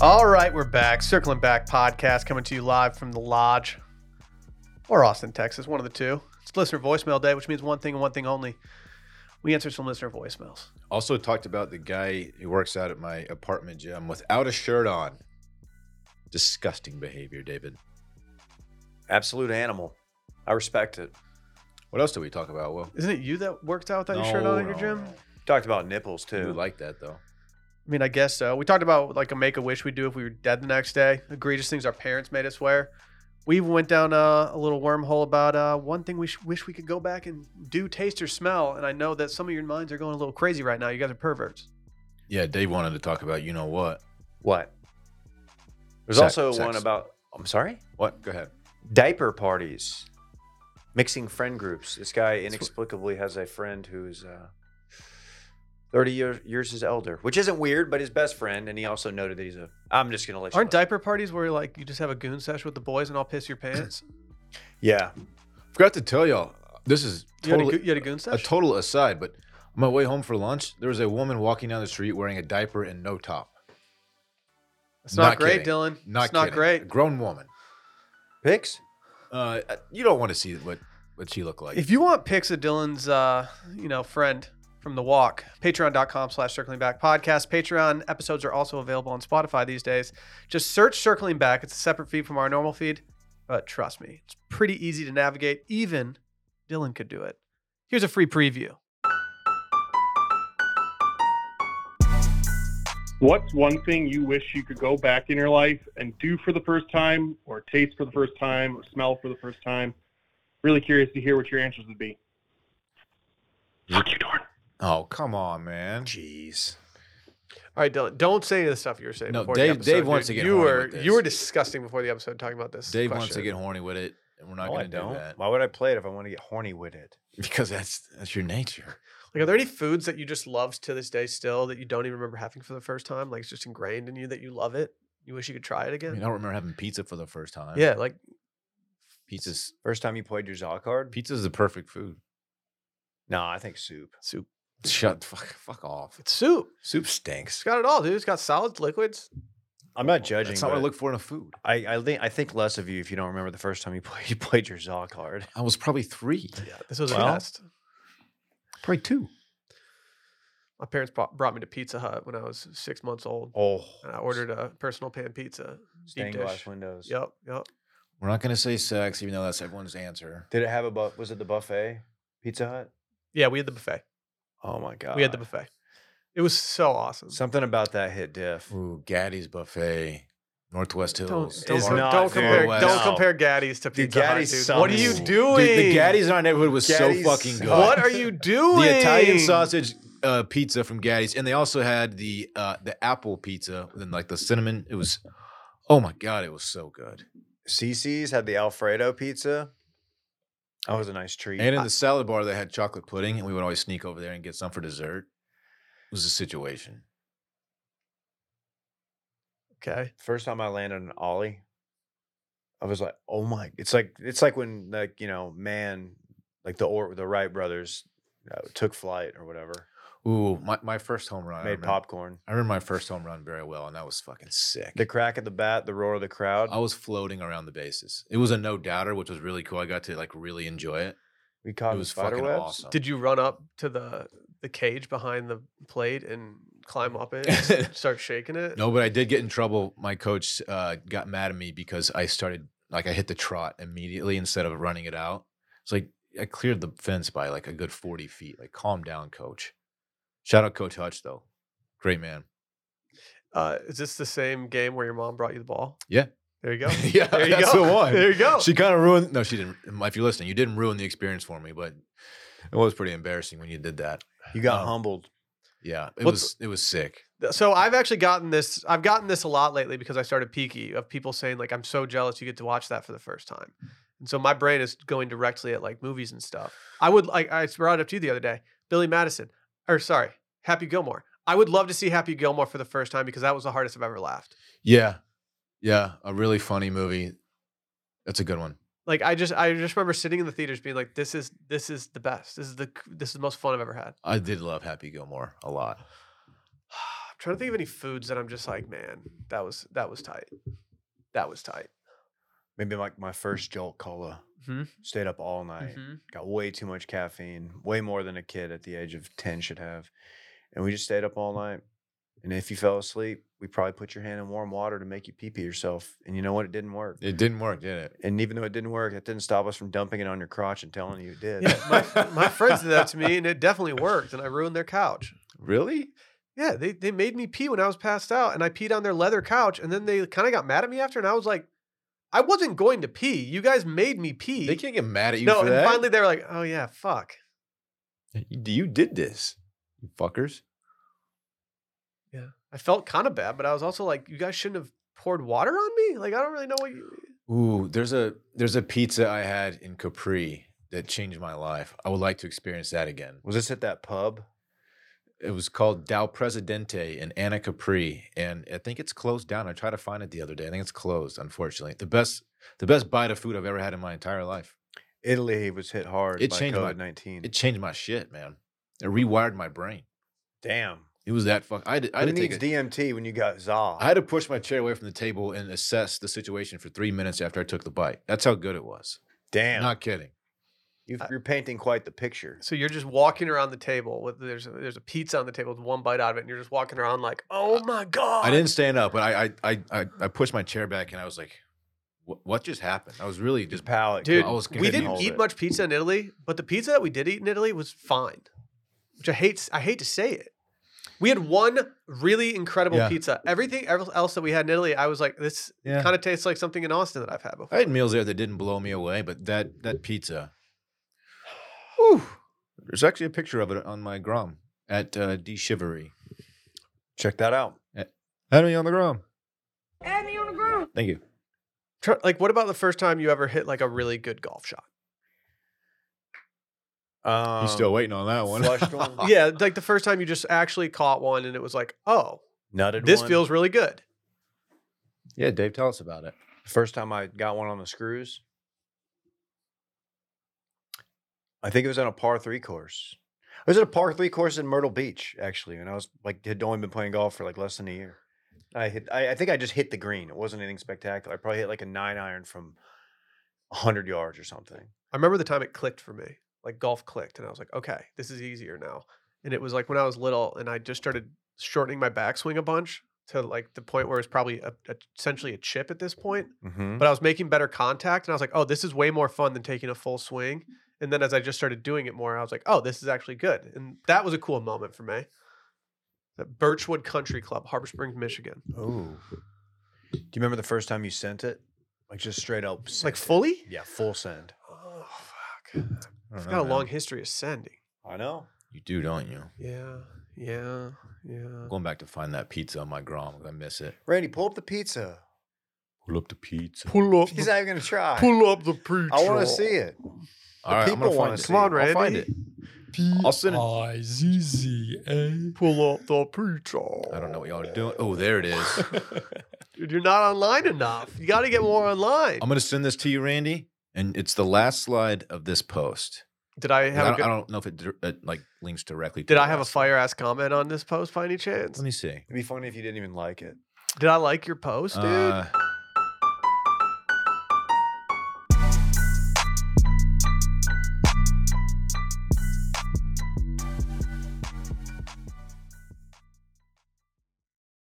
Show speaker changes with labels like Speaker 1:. Speaker 1: All right, we're back. Circling Back podcast coming to you live from the Lodge or Austin, Texas, one of the two. It's listener voicemail day, which means one thing and one thing only. We answer some listener voicemails.
Speaker 2: Also talked about the guy who works out at my apartment gym without a shirt on. Disgusting behavior, David.
Speaker 3: Absolute animal. I respect it.
Speaker 2: What else do we talk about? Well,
Speaker 1: Isn't it you that worked out without your shirt on at your gym?
Speaker 3: Talked about nipples
Speaker 2: You
Speaker 3: too.
Speaker 2: would like that though.
Speaker 1: I mean, I guess so. We talked about like a make a wish we do if we were dead the next day. Egregious things our parents made us wear. We even went down uh, a little wormhole about uh, one thing we sh- wish we could go back and do taste or smell. And I know that some of your minds are going a little crazy right now. You guys are perverts.
Speaker 2: Yeah, Dave wanted to talk about you know what.
Speaker 3: what? There's
Speaker 2: Sex-
Speaker 3: also one
Speaker 2: sex.
Speaker 3: about I'm sorry?
Speaker 2: What? Go ahead.
Speaker 3: Diaper parties. Mixing friend groups. This guy inexplicably has a friend who's uh, 30 year, years his elder, which isn't weird, but his best friend. And he also noted that he's a. I'm just going to let you.
Speaker 1: Aren't
Speaker 3: know.
Speaker 1: diaper parties where like you just have a goon sesh with the boys and I'll piss your pants?
Speaker 3: Yeah.
Speaker 2: Forgot to tell y'all. This is
Speaker 1: You, had a,
Speaker 2: totally
Speaker 1: goo- you had a goon
Speaker 2: a
Speaker 1: sesh?
Speaker 2: total aside, but on my way home for lunch, there was a woman walking down the street wearing a diaper and no top.
Speaker 1: it's not,
Speaker 2: not
Speaker 1: great,
Speaker 2: kidding.
Speaker 1: Dylan.
Speaker 2: Not
Speaker 1: it's not
Speaker 2: kidding.
Speaker 1: great.
Speaker 2: A grown woman.
Speaker 3: Pics?
Speaker 2: Uh, you don't want to see what what she looked like.
Speaker 1: If you want pics of Dylan's, uh, you know, friend from the walk, patreon.com slash circling back podcast. Patreon episodes are also available on Spotify these days. Just search circling back. It's a separate feed from our normal feed, but trust me, it's pretty easy to navigate. Even Dylan could do it. Here's a free preview.
Speaker 4: What's one thing you wish you could go back in your life and do for the first time, or taste for the first time, or smell for the first time? Really curious to hear what your answers would be. Fuck you, Dorn.
Speaker 2: oh come on, man.
Speaker 3: Jeez.
Speaker 1: All right, Dylan, don't say any of the stuff you were saying
Speaker 2: No,
Speaker 1: before
Speaker 2: Dave-
Speaker 1: the episode.
Speaker 2: Dave wants
Speaker 1: dude.
Speaker 2: to get
Speaker 1: you
Speaker 2: horny
Speaker 1: were
Speaker 2: with this.
Speaker 1: you were disgusting before the episode talking about this.
Speaker 2: Dave
Speaker 1: question.
Speaker 2: wants to get horny with it, and we're not
Speaker 3: No, I
Speaker 2: going to do
Speaker 3: don't.
Speaker 2: that
Speaker 3: Why would I play it if I want to get horny with it?
Speaker 2: because that's that's your nature.
Speaker 1: Like, are there any foods that you just love to this day still that you don't even remember having for the first time? Like, it's just ingrained in you that you love it. You wish you could try it
Speaker 2: I
Speaker 1: again.
Speaker 2: mean, I don't remember having pizza for the first time.
Speaker 1: yeah, like
Speaker 2: pizza's
Speaker 3: First time you played your Zaw card?
Speaker 2: pizza's the perfect food.
Speaker 3: No, I think soup.
Speaker 1: soup.
Speaker 2: Shut the fuck fuck off.
Speaker 1: It's soup.
Speaker 2: Soup
Speaker 1: It's
Speaker 2: stinks.
Speaker 1: got it all, dude. It's got solids, liquids.
Speaker 3: I'm not judging.
Speaker 2: That's not what I
Speaker 3: but
Speaker 2: look for in a food.
Speaker 3: I, I think I think less of you if you don't remember the first time you played you played your Zaw card.
Speaker 2: I was probably three,
Speaker 1: Yeah, this was a
Speaker 3: Well.
Speaker 1: test.
Speaker 2: probably two.
Speaker 1: My parents bought, brought me to Pizza Hut when I was six months old.
Speaker 3: Oh,
Speaker 1: And I ordered a personal pan pizza.
Speaker 3: stained
Speaker 1: deep
Speaker 3: glass
Speaker 1: dish.
Speaker 3: windows.
Speaker 1: Yep, yep.
Speaker 2: We're not going to say sex, even though that's everyone's answer.
Speaker 3: Did it have a bu- was it the buffet Pizza Hut?
Speaker 1: Yeah, we had the buffet.
Speaker 3: Oh my god.
Speaker 1: We had the buffet. It was so awesome.
Speaker 3: Something about that hit diff.
Speaker 2: Ooh, Gaddy's buffet, Northwest Hills.
Speaker 1: Don't, don't,
Speaker 3: It's
Speaker 1: com-
Speaker 3: not
Speaker 1: don't
Speaker 3: fair.
Speaker 1: compare
Speaker 2: Northwest.
Speaker 1: don't
Speaker 2: No.
Speaker 1: compare Gaddy's to
Speaker 3: Dude,
Speaker 1: Pizza Hut,
Speaker 3: Gaddy's
Speaker 1: dude. What are
Speaker 3: sucks.
Speaker 1: you
Speaker 3: Dude,
Speaker 1: doing?
Speaker 2: Dude, the Gaddy's in our neighborhood was
Speaker 3: Gaddy's
Speaker 2: so fucking good.
Speaker 3: sucks.
Speaker 1: What are you doing?
Speaker 2: the Italian sausage uh, pizza from Gaddy's, and they also had the uh, the apple pizza and like the cinnamon. It was, oh my god, it was so good.
Speaker 3: CC's had the Alfredo pizza. That was a nice treat.
Speaker 2: And in the salad bar, they had chocolate pudding, and we would always sneak over there and get some for dessert. It was a situation.
Speaker 1: Okay.
Speaker 3: first time I landed on an ollie, I was like, "Oh my!" It's like it's like when like you know, man, like the or the Wright brothers uh, took flight or whatever,
Speaker 2: Ooh, my, my first home run. I
Speaker 3: made
Speaker 2: remember,
Speaker 3: popcorn.
Speaker 2: I remember my first home run very well, and that was fucking sick.
Speaker 3: The crack of the bat, the roar of the crowd.
Speaker 2: I was floating around the bases. It was a no doubter, which was really cool. I got to like really enjoy it.
Speaker 3: we caught
Speaker 2: it
Speaker 3: in
Speaker 2: was
Speaker 3: spider
Speaker 2: fucking
Speaker 3: webs.
Speaker 2: awesome.
Speaker 1: Did you run up to the the cage behind the plate and climb up it, and start shaking it?
Speaker 2: No, but I did get in trouble. My coach uh, got mad at me because I started like I hit the trot immediately instead of running it out. It's like I cleared the fence by like a good forty feet. Like, calm down, coach. Shout out, Coach Hutch, though. Great man.
Speaker 1: Uh, is this the same game where your mom brought you the ball?
Speaker 2: Yeah.
Speaker 1: There you go.
Speaker 2: yeah,
Speaker 1: There you
Speaker 2: that's
Speaker 1: go.
Speaker 2: the one.
Speaker 1: There you go.
Speaker 2: She kind of ruined. No, she didn't. um, If you're listening, you didn't ruin the experience for me, but it was pretty embarrassing when you did that.
Speaker 3: You got
Speaker 2: Um,
Speaker 3: humbled.
Speaker 2: Yeah, it
Speaker 1: What's-
Speaker 2: was. It was sick.
Speaker 1: so I've actually gotten this. I've gotten this a lot lately because I started Peaky of people saying like, "I'm so jealous you get to watch that for the first time," and so my brain is going directly at like movies and stuff. I would like I brought it up to you the other day, Billy Madison, or sorry, Happy Gilmore. I would love to see Happy Gilmore for the first time because that was the hardest I've ever laughed.
Speaker 2: Yeah, yeah, a really funny movie. That's a good one.
Speaker 1: Like I just I just remember sitting in the theaters being like, "This is this is the best. This is the this is the most fun I've ever had."
Speaker 2: I did love Happy Gilmore a lot.
Speaker 1: trying to think of any foods that I'm just like, man, that was that was tight. That was tight.
Speaker 3: Maybe like my first jolt cola.
Speaker 1: Mhm.
Speaker 3: Stayed up all night. Got way too much caffeine. Way more than a kid at the age of ten should have. And we just stayed up all night. And if you fell asleep, we probably put your hand in warm water to make you pee pee yourself. And you know what? It didn't work.
Speaker 2: It didn't work, did it?
Speaker 3: And even though it didn't work, it didn't stop us from dumping it on your crotch and telling you it did.
Speaker 1: Yeah, my, my friends did that to me, and it definitely worked. And I ruined their couch.
Speaker 2: Really?
Speaker 1: Yeah, they, they made me pee when I was passed out, and I peed on their leather couch, and then they kind of got mad at me after, and I was like, I wasn't going to pee. You guys made me pee.
Speaker 2: They can't get mad at you
Speaker 1: no,
Speaker 2: for
Speaker 1: and
Speaker 2: that.
Speaker 1: finally they were like, "Oh yeah, fuck."
Speaker 2: You- you did this, you fuckers.
Speaker 1: I felt kind of bad, but I was also like, "You guys shouldn't have poured water on me." Like I don't really know what. you...
Speaker 2: Ooh, there's a there's a pizza I had in Capri that changed my life. I would like to experience that again.
Speaker 3: Was this at that pub?
Speaker 2: It was called Dal Presidente in Anna Capri, and I think it's closed down. I tried to find it the other day. I think it's closed, unfortunately. The best the best bite of food I've ever had in my entire life.
Speaker 3: Italy was hit hard
Speaker 2: It
Speaker 3: by
Speaker 2: changed my-
Speaker 3: COVID nineteen.
Speaker 2: It changed my shit, man. It rewired my brain.
Speaker 3: Damn.
Speaker 2: It was that fuck. I had, to- I
Speaker 3: Who
Speaker 2: had to take
Speaker 3: needs
Speaker 2: a,
Speaker 3: DMT when you got za?
Speaker 2: I had to push my chair away from the table and assess the situation for three minutes after I took the bite. That's how good it was.
Speaker 3: Damn.
Speaker 2: Not kidding.
Speaker 3: you you're painting quite the picture.
Speaker 1: So you're just walking around the table with there's a, there's a pizza on the table with one bite out of it, and you're just walking around like, "Oh my god!"
Speaker 2: I didn't stand up, but I I- I I, I pushed my chair back and I was like, "What, what just happened?" I was really
Speaker 3: His
Speaker 2: just
Speaker 3: palate.
Speaker 1: Dude,
Speaker 2: I
Speaker 3: couldn't-
Speaker 2: was
Speaker 3: couldn't
Speaker 1: We
Speaker 2: couldn't
Speaker 1: didn't
Speaker 3: hold
Speaker 1: eat
Speaker 3: it.
Speaker 1: much pizza in Italy, but the pizza that we did eat in Italy was fine, which I hate. I hate to say it. We had one really incredible
Speaker 2: Yeah.
Speaker 1: pizza. Everything ev- else that we had in Italy, I was like, this
Speaker 2: yeah.
Speaker 1: kind of tastes like something in Austin that I've had before.
Speaker 2: I had meals there that didn't blow me away, but that that pizza.
Speaker 1: Whew.
Speaker 2: There's actually a picture of it on my Grom at uh, D Chivery.
Speaker 3: Check that out.
Speaker 2: Had me on the Grom.
Speaker 5: Add me on the ground.
Speaker 2: Thank you.
Speaker 1: Tr- Like, what about the first time you ever hit like a really good golf shot?
Speaker 3: Um,
Speaker 2: He's still waiting on that one.
Speaker 3: flushed one?
Speaker 1: yeah, like the first time you just actually caught one, and it was like, oh,
Speaker 3: nutted.
Speaker 1: this
Speaker 3: one.
Speaker 1: feels really good.
Speaker 2: yeah, Dave, tell us about it.
Speaker 3: First time I got one on the screws. I think it was on a par three course. I was at a par three course in Myrtle Beach actually, and I was like had only been playing golf for like less than a year. I hit. I, I think I just hit the green. It wasn't anything spectacular. I probably hit like a nine iron from hundred yards or something.
Speaker 1: I remember the time it clicked for me. Like golf clicked, and I was like, okay, this is easier now. And it was like when I was little, and I just started shortening my backswing a bunch to like the point where it's probably a, a, essentially a chip at this point.
Speaker 3: Mm-hmm.
Speaker 1: But I was making better contact, and I was like, oh, this is way more fun than taking a full swing.
Speaker 2: Mm-hmm.
Speaker 1: And then as I just started doing it more, I was like, oh, this is actually good. And that was a cool moment for me. The Birchwood Country Club, Harbor Springs, Michigan.
Speaker 3: Oh, do you remember the first time you sent it? Like just straight up,
Speaker 1: Like
Speaker 3: sent it.
Speaker 1: fully?
Speaker 3: Yeah, full send.
Speaker 1: Oh fuck!
Speaker 2: I don't
Speaker 1: I've
Speaker 2: know,
Speaker 1: got a
Speaker 2: man.
Speaker 1: long history of sending.
Speaker 3: I know.
Speaker 2: You do, don't you?
Speaker 1: Yeah, yeah, yeah.
Speaker 2: Going back to find that pizza on my Grom. 'cause I miss it.
Speaker 3: Randy, pull up the pizza.
Speaker 2: Pull up the pizza.
Speaker 1: Pull up,
Speaker 3: He's not even gonna try.
Speaker 1: up the preacher.
Speaker 3: I want to see it.
Speaker 2: All right, I'm
Speaker 3: people
Speaker 2: gonna
Speaker 3: wanna
Speaker 2: find it.
Speaker 3: see Come on,
Speaker 2: I'll find
Speaker 1: Randy.
Speaker 2: it. I'll send it.
Speaker 6: P-I-Z-Z-A.
Speaker 1: Pull up the preacher.
Speaker 2: I don't know what y'all are doing. Oh, there it is.
Speaker 1: Dude, you're not online enough. You got to get more online.
Speaker 2: I'm gonna send this to you, Randy, and it's the last slide of this post.
Speaker 1: Did I
Speaker 2: And I
Speaker 1: have a
Speaker 2: don't, I
Speaker 1: good,
Speaker 2: don't know if it, dir- it like links directly. To
Speaker 1: did
Speaker 2: the
Speaker 1: I have a
Speaker 2: last-
Speaker 1: fire ass comment on this post by any chance?
Speaker 2: Let me see.
Speaker 3: It'd be funny if you didn't even like it.
Speaker 1: Did I like your post, dude?
Speaker 2: Uh,